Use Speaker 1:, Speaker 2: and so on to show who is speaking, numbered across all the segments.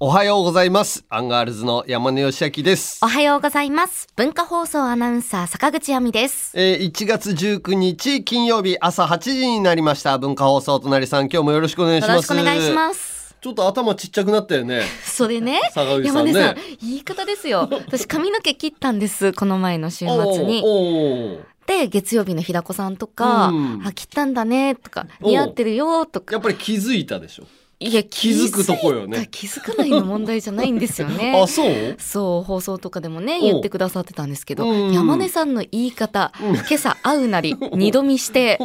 Speaker 1: おはようございます。アンガールズの山根義明です
Speaker 2: お。はようございます。文化放送アナウンサー坂口亜美です。
Speaker 1: えー、1月19日金曜日朝8時になりました。文化放送隣さん、今日もよろしくお願いし
Speaker 2: よ
Speaker 1: ま
Speaker 2: ろ
Speaker 1: す。。
Speaker 2: しくお願いしますす。
Speaker 1: ちょっと頭ちっちゃくなったよ ね。
Speaker 2: それね、
Speaker 1: 坂口さ
Speaker 2: 山
Speaker 1: んね
Speaker 2: 根さん、言い方ですよ。私髪の毛切ったんです、この前の週末
Speaker 1: お
Speaker 2: に。
Speaker 1: うおう
Speaker 2: で、月曜日の平子さんとか、
Speaker 1: うん
Speaker 2: あ、切ったんだね、とか、
Speaker 1: おう
Speaker 2: 似合ってるよ、と
Speaker 1: や
Speaker 2: か
Speaker 1: っ。ぱり気づいたでしょ。
Speaker 2: いや、
Speaker 1: 気づくとこよね
Speaker 2: 気づいた気づかないの問題じゃないんですよね
Speaker 1: あ、。そう
Speaker 2: そう、放送とかでも
Speaker 1: お
Speaker 2: ね、
Speaker 1: う
Speaker 2: 言ってくださってたんですけど、
Speaker 1: うん
Speaker 2: 山根さんの言い方、
Speaker 1: うん
Speaker 2: 今朝会うな り、二度見して、え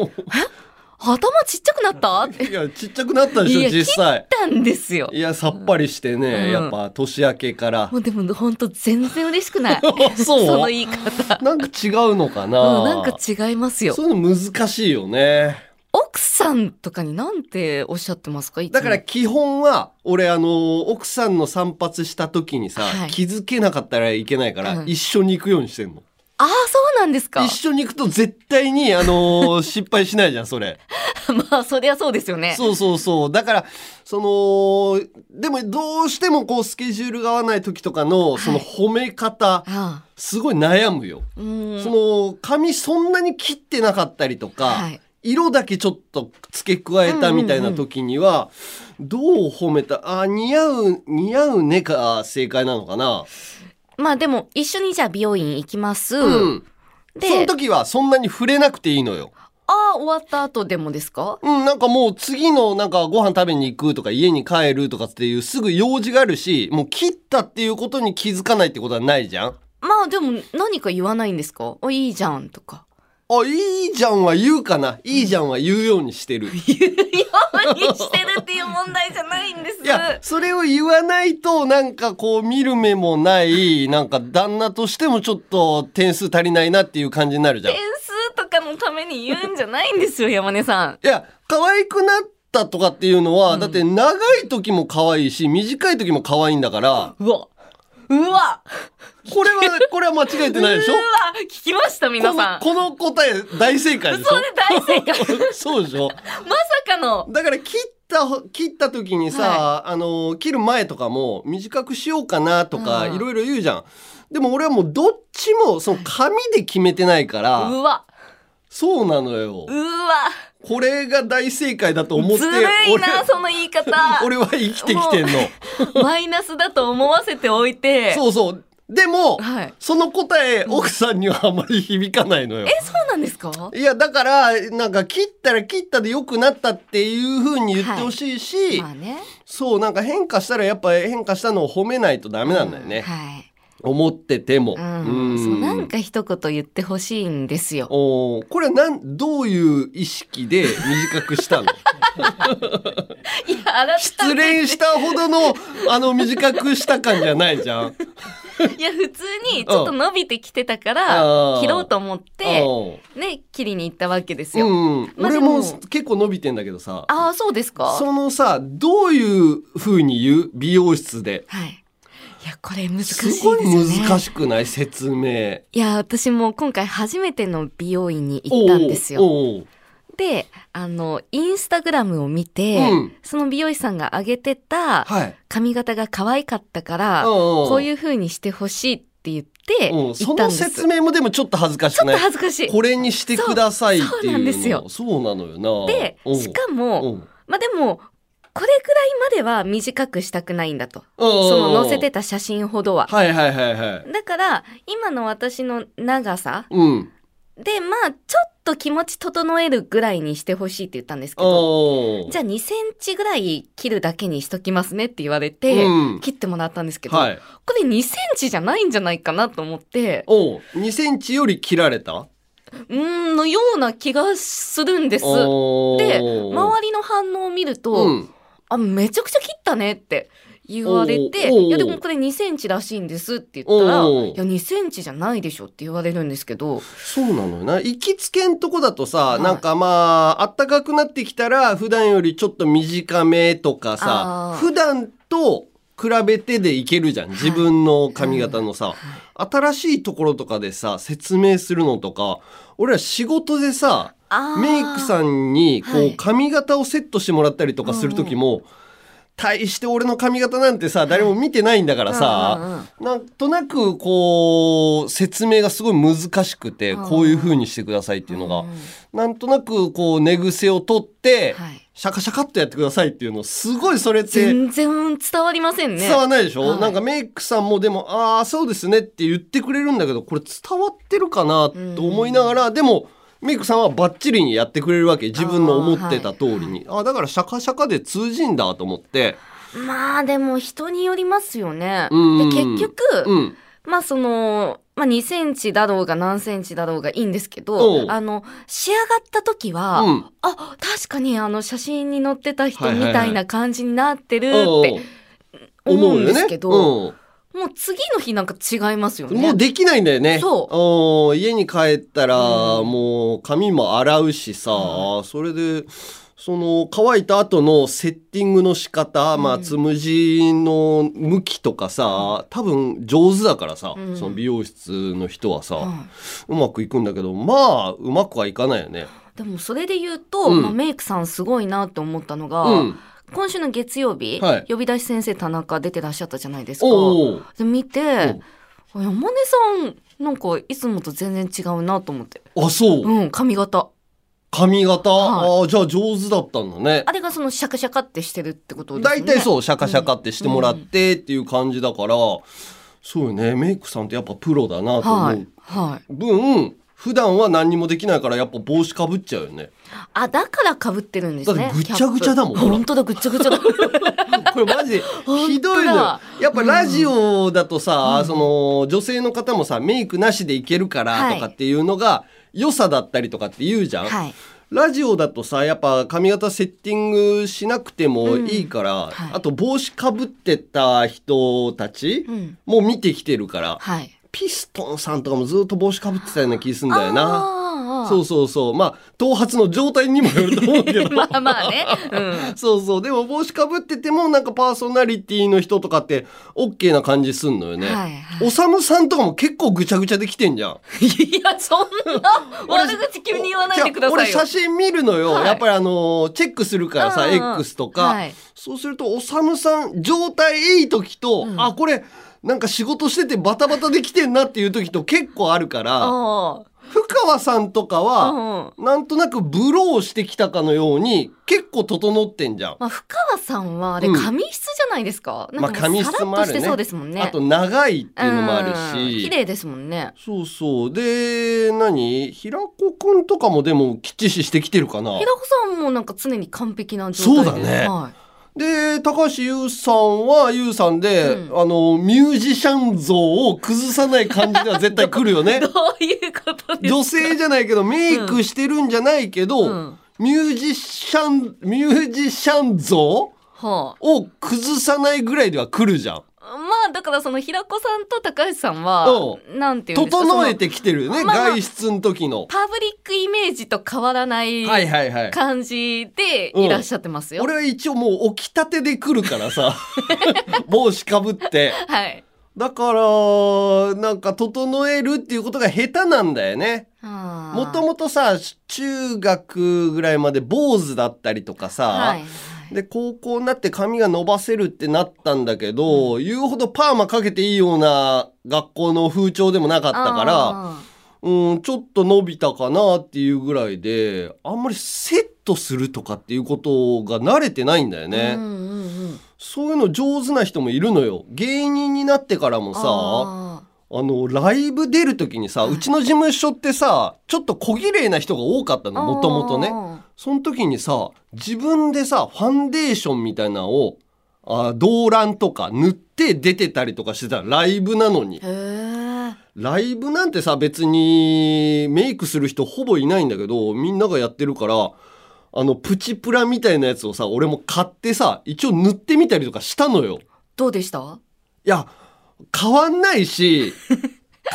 Speaker 2: 頭ちっちゃくなったって
Speaker 1: いや、ちっちゃくなったでし
Speaker 2: い
Speaker 1: ょ、
Speaker 2: や
Speaker 1: 実際。
Speaker 2: ったんですよ
Speaker 1: い。や、さっぱりしてね、
Speaker 2: うん
Speaker 1: やっぱ年明けから
Speaker 2: も。うでも本当全然嬉しくない。
Speaker 1: あ そう
Speaker 2: その言い方。
Speaker 1: なんか違うのかな、
Speaker 2: うんなんか違いますよ。
Speaker 1: そういうの難しいよね。
Speaker 2: 奥さんとかになんておっしゃってますかいつも
Speaker 1: だから基本は俺あの奥さんの散髪した時にさ、
Speaker 2: はい
Speaker 1: 気づけなかったらいけないから、
Speaker 2: うん
Speaker 1: 一緒に行くようにしてんの
Speaker 2: ああ、そうなんですか
Speaker 1: 一。緒に行くと絶対にあの失敗しないじゃんそ れ
Speaker 2: まあ、そりゃそうですよね。
Speaker 1: そうそうそうだからそのでもどうしてもこうスケジュールが合わない時とかの
Speaker 2: い
Speaker 1: その褒め方、
Speaker 2: ああ。
Speaker 1: すごい悩むよ、
Speaker 2: うーん。
Speaker 1: その髪そんなに切ってなかったりとか、
Speaker 2: はい。
Speaker 1: 色だけちょっと付け加えたみたいな時には、どう褒めたあ似合う似合うねか正解なのかな、
Speaker 2: まあでも、一緒にじゃあ美容院行きます。
Speaker 1: うん、その
Speaker 2: で、
Speaker 1: 時はそんなに触れなくていいのよ、
Speaker 2: ああ、終わった後でもですか
Speaker 1: うん、なんかもう次のなんかご飯食べに行くとか家に帰るとかっていうすぐ用事があるしもう切ったっていうことに気づかないってことはないじゃん
Speaker 2: まあでも、何か言わないんですかあ、いいじゃんとか。
Speaker 1: あいいじゃんは言うかないいじゃんは言うようにしてる、
Speaker 2: いや、何してるっていう問題じゃないんです。
Speaker 1: いや、それを言わないと、なんかこう、見る目もない、なんか旦那としてもちょっと点数足りないなっていう感じになるじゃん。い
Speaker 2: 点数とかのために言うんじゃないんですよ、山根さん。
Speaker 1: や、可愛くなったとかっていうのは、
Speaker 2: うん
Speaker 1: だって長い時も可愛いし、短い時も可愛いんだから、
Speaker 2: うわ。うわ。
Speaker 1: これは、これは間違えてないでしょ
Speaker 2: うわ。聞きました、 皆
Speaker 1: こ
Speaker 2: さ
Speaker 1: の
Speaker 2: ん。
Speaker 1: この答え大正解でし
Speaker 2: それ大正解。まさ
Speaker 1: ょ そうでしょ
Speaker 2: かの。
Speaker 1: だから切ったほ切った時にさ、あの切る前とかも短くしようかなとか
Speaker 2: うん
Speaker 1: いろいろ言うじゃん。でも俺はもうどっちもその紙で決めてないから、
Speaker 2: うわ。
Speaker 1: そうなのよ
Speaker 2: う。わ。
Speaker 1: これが大正解だと思って
Speaker 2: ずるいな、
Speaker 1: 俺
Speaker 2: その言い方。
Speaker 1: 俺は生きてきてんの。
Speaker 2: マイナスだと思わせておいて。
Speaker 1: そうそう。でも、
Speaker 2: はい。
Speaker 1: その答え奥さんにはあまり響かないのよ。
Speaker 2: え、そうなんですか
Speaker 1: いやだからなんか切ったら切ったで良くなったっていう風に言ってほしいし、
Speaker 2: まあね。
Speaker 1: そうなんか変化したらやっぱ変化したのを褒めないとダメなんだよ
Speaker 2: う
Speaker 1: ね、
Speaker 2: はい。
Speaker 1: 思ってても、
Speaker 2: うん。そうなん
Speaker 1: か
Speaker 2: か一言言ってほしいんですよ。
Speaker 1: おーこれはなんどういう意識で短くした の
Speaker 2: いや、改めて
Speaker 1: 失恋したほどのあの短くした感じゃないじゃん。
Speaker 2: いや、普通にちょっと伸びてきてたか
Speaker 1: うん
Speaker 2: ら、切ろうと思って、
Speaker 1: おー
Speaker 2: ね、切りに行ったわけです
Speaker 1: う
Speaker 2: よ。
Speaker 1: ん、
Speaker 2: まあ
Speaker 1: 俺
Speaker 2: でも
Speaker 1: も結構伸びてんだけどさ
Speaker 2: ああ、そうですか
Speaker 1: そのさどういう風に言う美容室で
Speaker 2: はい。いや、これ難しいです
Speaker 1: す
Speaker 2: よね。
Speaker 1: ごい難しくない説明
Speaker 2: いや、私も今回初めての美容院に行ったんですよ。
Speaker 1: おーおー
Speaker 2: で、あの、インスタグラムを見て、
Speaker 1: うん
Speaker 2: その美容師さんが上げてた
Speaker 1: はい
Speaker 2: 髪型が可愛かったから、こ
Speaker 1: こ
Speaker 2: ういう風にしてほしいって言って、
Speaker 1: う
Speaker 2: 行
Speaker 1: ん、そ
Speaker 2: っ
Speaker 1: の
Speaker 2: たんです。
Speaker 1: 説明もでもちょっと恥ずかし
Speaker 2: ち
Speaker 1: く
Speaker 2: ょっ
Speaker 1: ない
Speaker 2: と恥ずかしい。
Speaker 1: これにしてくださいっていうの
Speaker 2: そうなんですよ
Speaker 1: そうなのよな
Speaker 2: で、
Speaker 1: うん
Speaker 2: しかも、
Speaker 1: うん
Speaker 2: まあ、でも、これくらいまでは短くしたくないんだと。その載せてた写真ほどは。
Speaker 1: はいはいはいはい
Speaker 2: だから、今の私の長さ、
Speaker 1: うん
Speaker 2: で、まあ、ちょっと気持ち整えるぐらいにしてほしいって言ったんですけど、
Speaker 1: お
Speaker 2: じ
Speaker 1: ゃ
Speaker 2: ゃあ2センチぐらい切るだけにしときますねって言われて、
Speaker 1: うん
Speaker 2: 切ってもらったんですけど、
Speaker 1: はい
Speaker 2: これ2センチじゃないんじゃないかなと思って、
Speaker 1: おう2センチより切られた
Speaker 2: うーん、のような気がするんです。
Speaker 1: お
Speaker 2: で、
Speaker 1: ー
Speaker 2: 周りの反応を見ると、
Speaker 1: うん
Speaker 2: あ、めちゃくちゃ切ったねって言われて、
Speaker 1: おーおー
Speaker 2: いやでもこれ2センチらしいんですって言ったら、
Speaker 1: おー
Speaker 2: いや2センチじゃないでしょって言われるんですけど、
Speaker 1: そうなのよな行きつけんとこだとさ、
Speaker 2: はい
Speaker 1: なんかまああったかくなってきたら普段よりちょっと短めとかさ
Speaker 2: あー
Speaker 1: 普段と比べてでいけるじゃん自分の髪型のさ、新しいところとかでさ説明するのとか俺ら仕事でさメイク
Speaker 2: ん
Speaker 1: さんにこ
Speaker 2: は
Speaker 1: う
Speaker 2: い
Speaker 1: 髪型をセットしてもらったりとかする時も、対して俺の髪型なんてさ誰も見てないんだから
Speaker 2: うんうん
Speaker 1: さなんとなくこう説明がすごい難しくて
Speaker 2: うん
Speaker 1: こういう風にしてくださいっていうのが
Speaker 2: うん
Speaker 1: なんとなくこう寝癖を取って
Speaker 2: はい
Speaker 1: シャカシャカっとやってくださいっていうのすごいそれって
Speaker 2: 全然伝わりませんね
Speaker 1: 伝わらないでしょ、
Speaker 2: はい
Speaker 1: なんかメイクさんもでも「ああそうですね」って言ってくれるんだけどこれ伝わってるかなと思いながら、でもメイクさんはバッチリにやってくれるわけ自分の思ってた通りにあ、あーだからシャカシャカで通じんだと思って
Speaker 2: まあでも人によりますよね。で
Speaker 1: うん
Speaker 2: 結局、
Speaker 1: うん
Speaker 2: まあその、まあ2センチだろうが何センチだろうがいいんですけ
Speaker 1: おう
Speaker 2: ど、あの、仕上がった時は、
Speaker 1: うん
Speaker 2: あ、確かにあの写真に載ってた人
Speaker 1: はいはいはい
Speaker 2: みたいな感じになってるっ
Speaker 1: おうおう
Speaker 2: て思うんですけど、
Speaker 1: 思うよね
Speaker 2: もう次の日なんか違いますよ
Speaker 1: うん
Speaker 2: ね。
Speaker 1: もうできないんだよね
Speaker 2: そう
Speaker 1: おう家に帰ったら、
Speaker 2: うん
Speaker 1: もう髪も洗うしさ、
Speaker 2: は
Speaker 1: それでその乾いた後のセッティングの仕方、まあ
Speaker 2: うん
Speaker 1: つむじの向きとかさ多分上手だからさ、
Speaker 2: うん
Speaker 1: その美容室の人はさ、
Speaker 2: は
Speaker 1: うまくいくんだけどまあうまくはいかないよね。
Speaker 2: いでもそれで言うと、
Speaker 1: うん
Speaker 2: まあ、メイクさんすごいなって思ったのが、
Speaker 1: うん、
Speaker 2: 今週の月曜日、
Speaker 1: はい
Speaker 2: 呼び出し先生田中出てらっしゃったじゃないですか。
Speaker 1: おう
Speaker 2: で見て、あ山根さんなんかいつもと全然違うなと思って
Speaker 1: おうあそう、
Speaker 2: うん髪型
Speaker 1: 髪型、
Speaker 2: は
Speaker 1: ああじゃあ上手だったんだね。
Speaker 2: あれがそのシャカシャカってしてるってことですね
Speaker 1: 大体
Speaker 2: う
Speaker 1: そうシャカシャカってしてもらってっていう感じだから、そうよねメイクさんってやっぱプロだなと思
Speaker 2: は
Speaker 1: う、
Speaker 2: いはい
Speaker 1: 分普段は何にもできないからやっぱ帽子かぶっちゃうよ ね
Speaker 2: あだからかぶってるんですね
Speaker 1: だってぐちゃぐちゃだもん
Speaker 2: キャップ本当だぐちゃぐちゃ だ
Speaker 1: これマジでひどいのよ
Speaker 2: 本
Speaker 1: やっぱラジオだとさ、
Speaker 2: うん
Speaker 1: その女性の方もさメイクなしでいけるから
Speaker 2: はい
Speaker 1: とかっていうのが良さだったりとかって言うじゃん、
Speaker 2: はい
Speaker 1: ラジオだとさやっぱ髪型セッティングしなくてもいいから、
Speaker 2: んはい
Speaker 1: あと帽子かぶってた人たち
Speaker 2: うん
Speaker 1: も見てきてるから、
Speaker 2: はい
Speaker 1: ピストンさんとかもずっと帽子かぶってたような気すんだよな。
Speaker 2: あー
Speaker 1: そうそうそう。まあ、頭髪の状態にもよると思うけど。
Speaker 2: まあまあね、うん、
Speaker 1: そうそう。でも帽子かぶってても、なんかパーソナリティの人とかって、オッケーな感じすんのよ ね。
Speaker 2: はいはい
Speaker 1: おさむさんとかも結構ぐちゃぐちゃできてんじゃん。
Speaker 2: いやそんな悪口急に言わないでください
Speaker 1: じ
Speaker 2: よ
Speaker 1: ゃあ俺写真見るのよ。
Speaker 2: はい
Speaker 1: やっぱりあのーチェックするからさ、
Speaker 2: うんうん
Speaker 1: X とか。
Speaker 2: はい
Speaker 1: そうすると、おさむさん、状態いい時と、
Speaker 2: うん
Speaker 1: あ、これ、なんか仕事しててバタバタできてんなっていう時と結構あるから、
Speaker 2: あ
Speaker 1: 深川さんとか
Speaker 2: あ、
Speaker 1: は、
Speaker 2: うん
Speaker 1: なんとなくブローしてきたかのように結構整ってんじゃん。
Speaker 2: まあ、深川さんはあれ
Speaker 1: うん
Speaker 2: 髪質じゃないですか、なん
Speaker 1: まあ
Speaker 2: か
Speaker 1: 髪
Speaker 2: もう
Speaker 1: 質
Speaker 2: さ
Speaker 1: も
Speaker 2: らっ
Speaker 1: あるね
Speaker 2: としてそうですもんね。
Speaker 1: あと長いっていうのもある
Speaker 2: うん
Speaker 1: し
Speaker 2: 綺。麗ですもんね。
Speaker 1: そうそう。で、何平子くんとかもでもきっちししてきてるかな
Speaker 2: 平。子さんもなんか常に完璧な状態
Speaker 1: そ
Speaker 2: で。
Speaker 1: うだね
Speaker 2: は
Speaker 1: で、高橋優さんは優さんで、
Speaker 2: うん
Speaker 1: あの、ミュージシャン像を崩さない感じでは絶対来るよ
Speaker 2: い、
Speaker 1: ね
Speaker 2: ど。ういうことですか
Speaker 1: 女性じゃないけど、メイクしてるんじゃないけど、
Speaker 2: うん
Speaker 1: ミュージシャン、ミュージシャン像
Speaker 2: は
Speaker 1: を崩さないぐらいでは来るじゃん。
Speaker 2: あ、まあだからその平子さんと高橋さんは
Speaker 1: う
Speaker 2: なんていうんですか
Speaker 1: 整え
Speaker 2: その
Speaker 1: てきてるよね、
Speaker 2: まあまあ
Speaker 1: 外出の時の。
Speaker 2: パブリックイメージと変わらない
Speaker 1: はいはいはい。
Speaker 2: 感じでいらっしゃってますよ。
Speaker 1: 俺は一応もう起きたてで来るから さ帽子かぶって
Speaker 2: はい。
Speaker 1: だからなんか整えるっていうことが下手なんだよねも
Speaker 2: も
Speaker 1: ともとさ中学ぐらいまで坊主だったりとかさ、
Speaker 2: はい、
Speaker 1: で高校になって髪が伸ばせるってなったんだけど、言うほどパーマかけていいような学校の風潮でもなかったから
Speaker 2: あ
Speaker 1: うん、ちょっと伸びたかなっていうぐらいで、あんまりセットするとかっていうことが慣れてないんだよ
Speaker 2: ー
Speaker 1: ね。
Speaker 2: うんうんうん
Speaker 1: そういうの上手な人もいるのよ。芸人になってからもさ、あ
Speaker 2: あ
Speaker 1: の、ライブ出る時にさ、うちの事務所ってさ、ちょっと小綺麗な人が多かった
Speaker 2: ー
Speaker 1: の、もともとね。
Speaker 2: あ
Speaker 1: その時にさ、自分でさ、ファンデーションみたいなのを、あ動乱とか塗って出てたりとかしてたライブなのに
Speaker 2: ー。へえ。
Speaker 1: ライブなんてさ別にメイクする人ほぼいないんだけどみんながやってるからあのプチプラみたいなやつをさ俺も買ってさ一応塗ってみたりとかしたのよ。
Speaker 2: どうでした
Speaker 1: いや変わんない し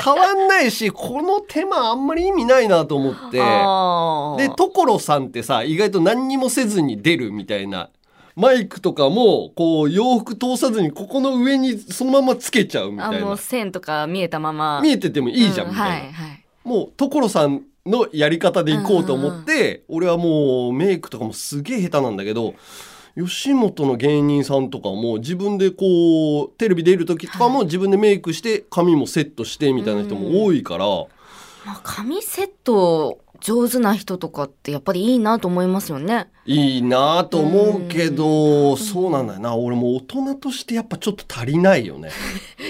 Speaker 1: 変わんないしこの手間あんまり意味ないなと思って
Speaker 2: あー
Speaker 1: で所さんってさ意外と何にもせずに出るみたいな。マイクとかもこう洋服通さずにここの上にそのままつけちゃうみた
Speaker 2: あ
Speaker 1: い
Speaker 2: も
Speaker 1: な
Speaker 2: う線とか見えたまま
Speaker 1: 見
Speaker 2: え
Speaker 1: えててもいいじゃんみたいな、
Speaker 2: はいはい
Speaker 1: もう所さんのやり方でいこうと思って、俺はもうメイクとかもすげえ下手なんだけど吉本の芸人さんとかも自分でこうテレビ出る時とかも自分でメイクして髪もセットしてみたいな人も多いから、
Speaker 2: まあ、紙セット上手な人とかってやっぱりいいなと思いますよね。
Speaker 1: いいなと思うけど、そうなんだよな俺も大人としてやっぱちょっと足りないよね。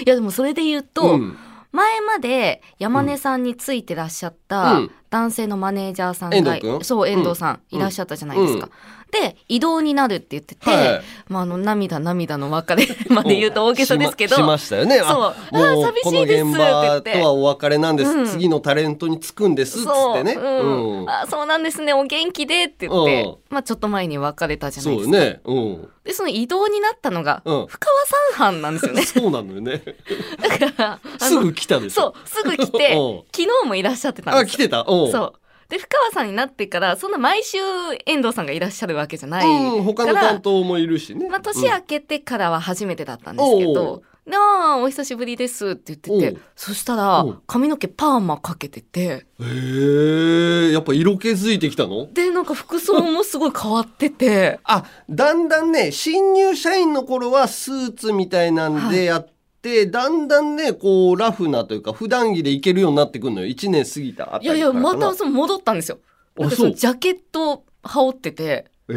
Speaker 2: いやでもそれで言うと、
Speaker 1: うん
Speaker 2: 前まで山根さんについてらっしゃった
Speaker 1: うん
Speaker 2: 男性のマネージャーさん
Speaker 1: 遠
Speaker 2: が、
Speaker 1: 藤君
Speaker 2: そう遠藤さん
Speaker 1: うん
Speaker 2: いらっしゃったじゃないですか。で異動になるって言ってて、
Speaker 1: はい
Speaker 2: まあ、あの涙涙の別れまで言う と大げさですけど、
Speaker 1: しましましたよね。あ
Speaker 2: そうあー
Speaker 1: もう
Speaker 2: 寂
Speaker 1: こ
Speaker 2: し
Speaker 1: の
Speaker 2: いです
Speaker 1: 現場とはお別れなんです、
Speaker 2: うん
Speaker 1: 次のタレントにつくんですっつっ
Speaker 2: そう、
Speaker 1: てね。
Speaker 2: うん
Speaker 1: うん
Speaker 2: あそうなんですねお元気でって言って、
Speaker 1: うん
Speaker 2: まあ、ちょっと前に別れたじゃな
Speaker 1: そ
Speaker 2: い
Speaker 1: よ
Speaker 2: うですか。
Speaker 1: ね。うん。
Speaker 2: でその異動になったのが、
Speaker 1: うん
Speaker 2: 深川三藩なんですよ ね。
Speaker 1: そうなのよね。
Speaker 2: だからあ
Speaker 1: す
Speaker 2: の
Speaker 1: ぐ来たでしょ。
Speaker 2: そうすぐ来て
Speaker 1: うん
Speaker 2: 昨日もいらっしゃってたん
Speaker 1: あ、
Speaker 2: で
Speaker 1: 来
Speaker 2: すよ。
Speaker 1: てた。うん。
Speaker 2: そうで深川さんになってからそんな毎週遠藤さんがいらっしゃるわけじゃないから、
Speaker 1: うん、他の担当もいるしね。
Speaker 2: まあ、年明けてからは初めてだったんですけ
Speaker 1: おう
Speaker 2: ど「でああお久しぶりです」って言って
Speaker 1: お
Speaker 2: て
Speaker 1: う
Speaker 2: そしたら
Speaker 1: おう
Speaker 2: 髪の毛パーマかけてて
Speaker 1: うんへえ、やっぱ色気づいてきたの
Speaker 2: でなんか服装もすごい変わっ てて
Speaker 1: あ、だんだんね、新入社員の頃はスーツみたいなんでやって、だんだんね、こう、ラフなというか、普段着でいけるようになってくるのよ。1年過ぎたあた
Speaker 2: い
Speaker 1: りか
Speaker 2: や
Speaker 1: ら
Speaker 2: い
Speaker 1: か
Speaker 2: や
Speaker 1: な。
Speaker 2: またその戻ったんですよ。なん
Speaker 1: あ、
Speaker 2: かそ
Speaker 1: そ
Speaker 2: の
Speaker 1: う。
Speaker 2: ジャケットを羽織ってて、
Speaker 1: え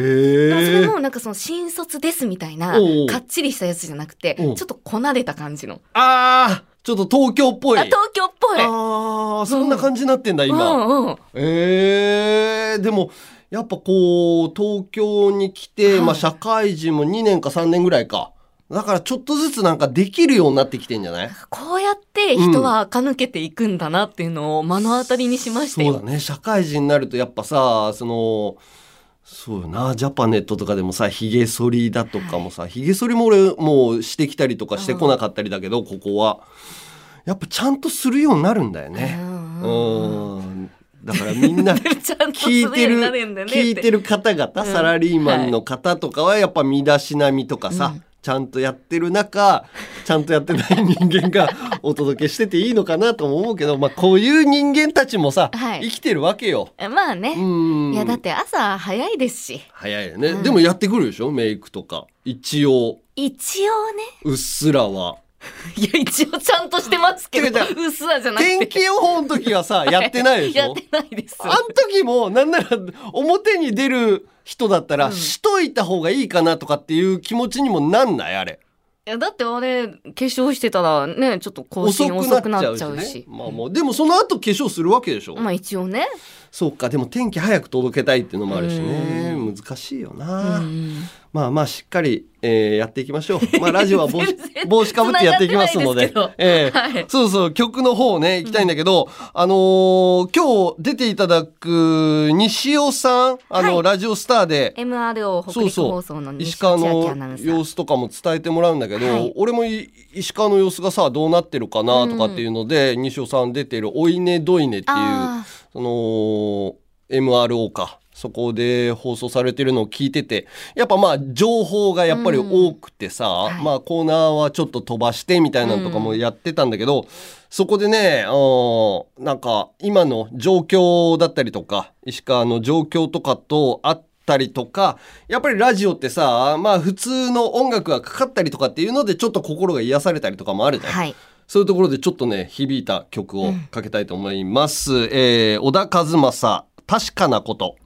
Speaker 2: でもそれ
Speaker 1: え
Speaker 2: もなんかその新卒ですみたいな
Speaker 1: おうおう
Speaker 2: かっちりしたやつじゃなくてち
Speaker 1: お
Speaker 2: ょ
Speaker 1: う
Speaker 2: っとこなれた感じの
Speaker 1: ああ、ちょっと東京っぽい。
Speaker 2: あ東京っぽい
Speaker 1: ああ、そんな感じになってんだ、今。
Speaker 2: うんうん
Speaker 1: ええでもやっぱこう東京に来て、
Speaker 2: はい
Speaker 1: まあ、社会人も2年か3年ぐらいかだからちょっとずつなんかできるようになってきてんじゃない
Speaker 2: こうやって人は垢抜けていくんだなっていうのを目の当たりにしました
Speaker 1: そう
Speaker 2: よ
Speaker 1: だ。ね社会人になるとやっぱさそのそうよなジャパネットとかでもさひげ剃りだとかもさひげ剃りも俺もうしてきたりとかしてこなかったりだけど、ここはやっぱちゃんとするようになるんだよ
Speaker 2: う
Speaker 1: ね。
Speaker 2: ん
Speaker 1: う
Speaker 2: うんうん
Speaker 1: んだからみ んな
Speaker 2: ちゃんとする
Speaker 1: 聞
Speaker 2: よ
Speaker 1: いうて
Speaker 2: に
Speaker 1: る
Speaker 2: なるんだねって
Speaker 1: 聞いてる方々、
Speaker 2: うん
Speaker 1: サラリーマンの方とかはやっぱ身だしなみとかさ、
Speaker 2: うん
Speaker 1: ちゃんとやってる中ちゃんとやってない人間 がお届けしてていいのかなとも思うけど、まあ、こういう人間たちもさ、
Speaker 2: はい
Speaker 1: 生きてるわけよ。
Speaker 2: まあ
Speaker 1: う
Speaker 2: ね、
Speaker 1: ん
Speaker 2: いやだって朝早いですし
Speaker 1: 早いよね、
Speaker 2: うん
Speaker 1: でもやってくるでしょメイクとか一応
Speaker 2: 一応ね
Speaker 1: うっすらは。
Speaker 2: いや一応ちゃんとしてますけ
Speaker 1: てか
Speaker 2: ど
Speaker 1: じ
Speaker 2: うっすらじゃなくて
Speaker 1: 天気予報の時は さやってないでし
Speaker 2: や
Speaker 1: ょ
Speaker 2: ってないです
Speaker 1: あん時もなんなら表に出る人だったら、
Speaker 2: うん
Speaker 1: しといた方がいいかなとかっていう気持ちにもなんないあれ
Speaker 2: いやだってあれ化粧してたらねちょっと更
Speaker 1: 遅
Speaker 2: 新遅く
Speaker 1: く
Speaker 2: な
Speaker 1: なっ
Speaker 2: っち
Speaker 1: ち
Speaker 2: ゃ
Speaker 1: ゃ
Speaker 2: う
Speaker 1: う
Speaker 2: し
Speaker 1: し,、ねまあ、もうでもその後化粧するわけでしょ、
Speaker 2: まあ一応ね、
Speaker 1: そうかでも天気早く届けたいっていうのもあるしね
Speaker 2: う
Speaker 1: 難しいよな、
Speaker 2: うん
Speaker 1: まあまあしっかり、えーやっていきましょ うまあラジオは帽子
Speaker 2: 全然
Speaker 1: 帽子かぶってやっていきますので
Speaker 2: 繋がって
Speaker 1: えー
Speaker 2: はい
Speaker 1: そうそう曲の方ね行きたいんだけど、あのー今日出ていただく西尾さんあの、
Speaker 2: はい
Speaker 1: ラジオスターで
Speaker 2: MRO 北陸放送の西
Speaker 1: 石
Speaker 2: 千
Speaker 1: 川
Speaker 2: 秋アナウ
Speaker 1: の
Speaker 2: ンサー
Speaker 1: 様子とかも伝えてもらうんだけど、
Speaker 2: はい
Speaker 1: 俺もい石川の様子がさどうなってるかなとかっていうので、西尾さん出てる「おいねどいね」っていう
Speaker 2: あ
Speaker 1: その MRO かそこで放送されてるのを聞いててやっぱまあ情報がやっぱり多くてさ、
Speaker 2: はい
Speaker 1: まあ、コーナーはちょっと飛ばしてみたいなのとかもやってたんだけど、そこでねうんなんか今の状況だったりとか石川の状況とかとあったりとかやっぱりラジオってさまあ普通の音楽がかかったりとかっていうのでちょっと心が癒されたりとかもあるじ
Speaker 2: ー
Speaker 1: ゃん
Speaker 2: はい
Speaker 1: そういうところでちょっとね、響いた曲をかけたいと思います。えー、小田和正、確かなこと。